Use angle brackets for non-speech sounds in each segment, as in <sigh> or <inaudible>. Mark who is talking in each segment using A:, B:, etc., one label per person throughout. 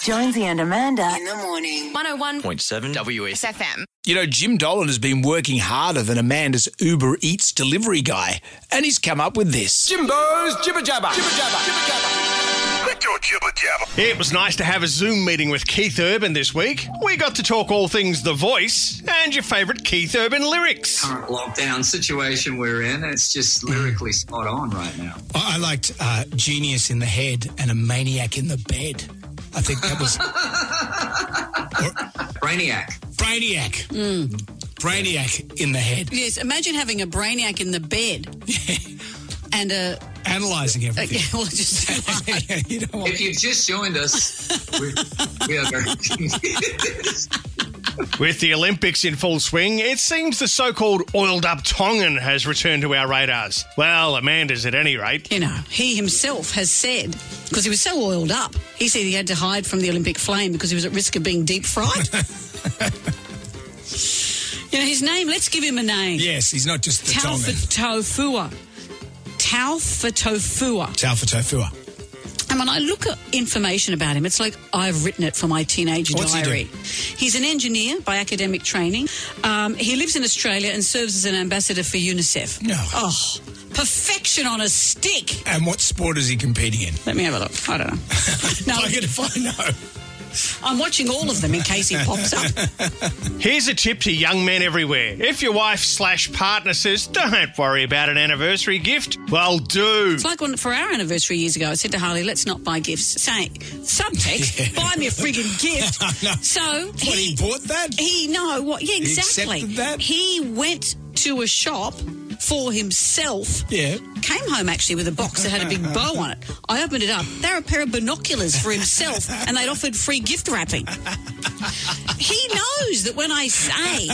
A: Jonesy and Amanda.
B: In the morning.
C: 101
D: 1.7
C: It's
D: WS.
C: FM.
E: You know, Jim Dolan has been working harder than Amanda's Uber Eats delivery guy, and he's come up with this.
F: Jimbo's Jibber Jabber. Jibber Jabber.
G: It was nice to have a Zoom meeting with Keith Urban this week. We got to talk all things The Voice and your favourite Keith Urban lyrics.
H: current lockdown situation we're in. It's just lyrically spot on right now.
E: I I liked uh, Genius in the Head and a Maniac in the Bed. I think
I: <laughs>
E: that was
H: Brainiac.
E: Brainiac.
I: Hmm.
E: Brainiac in the Head,
I: Yes, imagine having a brainiac in the bed and a.
E: analysing
I: <laughs>
E: everything.
I: Yeah, well, just
E: <laughs> you know what?
H: If you've just joined us, we, we are very <laughs> confused.
G: With the Olympics in full swing, it seems the so called oiled up Tongan has returned to our radars. Well, Amanda's at any rate.
I: you know, he himself has said because he was so oiled up, he said he had to hide from the Olympic flame because he was at risk of being deep fried. you know, his name. Let's give him a name.
E: Yes, he's not just the Tongan.
I: Taufa Tofua. Taufa Tofua.
E: Talfa Tofua.
I: And when I look at information about him, it's like I've written it for my teenage
E: What's he do?
I: diary. He's an engineer by academic training. Um, he lives in Australia and serves as an ambassador for UNICEF.
E: No.
I: Oh, perfection on a stick.
E: And what sport is he competing in?
I: Let me have a look. I don't
E: <laughs>
I: know.
E: Like
I: <laughs>
E: it
I: no,
E: if I know.
I: I'm watching all of them in case he pops up.
G: Here's a tip to young men everywhere. If your wife slash partner says, don't worry about an anniversary gift, well, do.
I: It's like when, for our anniversary years ago, I said to Harley, let's not buy gifts. Say,
E: <laughs>
I: subtext, buy me a friggin' gift.
E: know.
I: So
E: What, he bought that?
I: He no, what? Yeah,
E: He
I: exactly.
E: accepted that?
I: He went to a shop for himself.
E: Yeah.
I: Came home actually with a box that had a big bow on it. I opened it up. They're a pair of binoculars for himself, and they'd offered free gift wrapping. He knows that when I say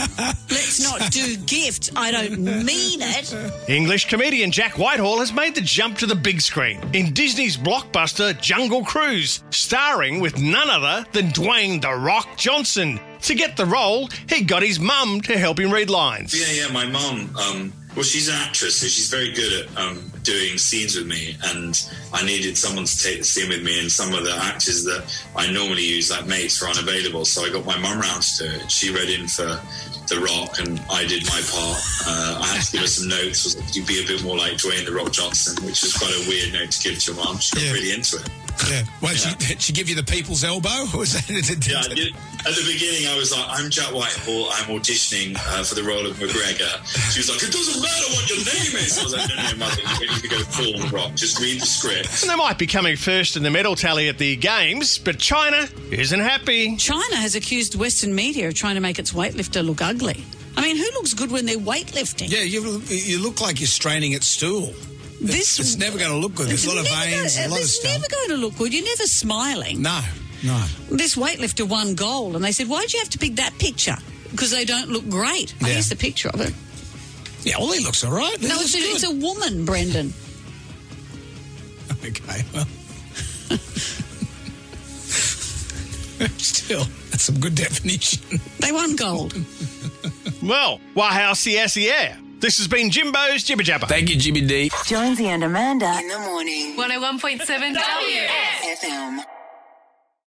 I: let's not do gift, I don't mean it.
G: English comedian Jack Whitehall has made the jump to the big screen in Disney's blockbuster Jungle Cruise, starring with none other than Dwayne The Rock Johnson. To get the role, he got his mum to help him read lines.
J: Yeah, yeah. My mom, um, well, she's an actress, so she's very good at um, doing scenes with me. And I needed someone to take the scene with me. And some of the actors that I normally use, like mates, were unavailable. So I got my mum round to do it. She read in for The Rock, and I did my part. Uh, I had to give her some notes. Was like, you be a bit more like Dwayne The Rock Johnson, which was quite a weird note to give to your mum. She got
E: Yeah.
J: really into it.
E: Yeah. Well, She, she give you the people's elbow? <laughs> Was that
J: Yeah, I did. At the beginning, I was like, I'm Jack Whitehall. I'm auditioning uh, for the role of McGregor. She was like, It doesn't matter what your name is. I was like, No, no, mother, you need to go full on rock. Just read the script.
G: And they might be coming first in the medal tally at the Games, but China isn't happy.
I: China has accused Western media of trying to make its weightlifter look ugly. I mean, who looks good when they're weightlifting?
E: Yeah, you, you look like you're straining at stool.
I: This-
E: it's never going to look good. There's a lot of
I: Never gonna-
E: veins, a lot of
I: it's
E: stuff.
I: never going to look good. You're never smiling.
E: No, no.
I: This weightlifter won gold, and they said, "Why did you have to pick that picture? Because they don't look great." Oh,
E: Yeah.
I: here's the picture of it.
E: Yeah, well, he looks all right.
I: No, it's a, it's a woman, Brendan.
E: <laughs> okay. Well. Still, that's some good definition.
I: They won gold.
G: Well, wow, yeah. E This has been Jimbo's Jibber Jabber.
D: Thank you, Jimmy D.
A: Jonesy and Amanda.
B: In the morning.
C: 101.7 W.
B: FM.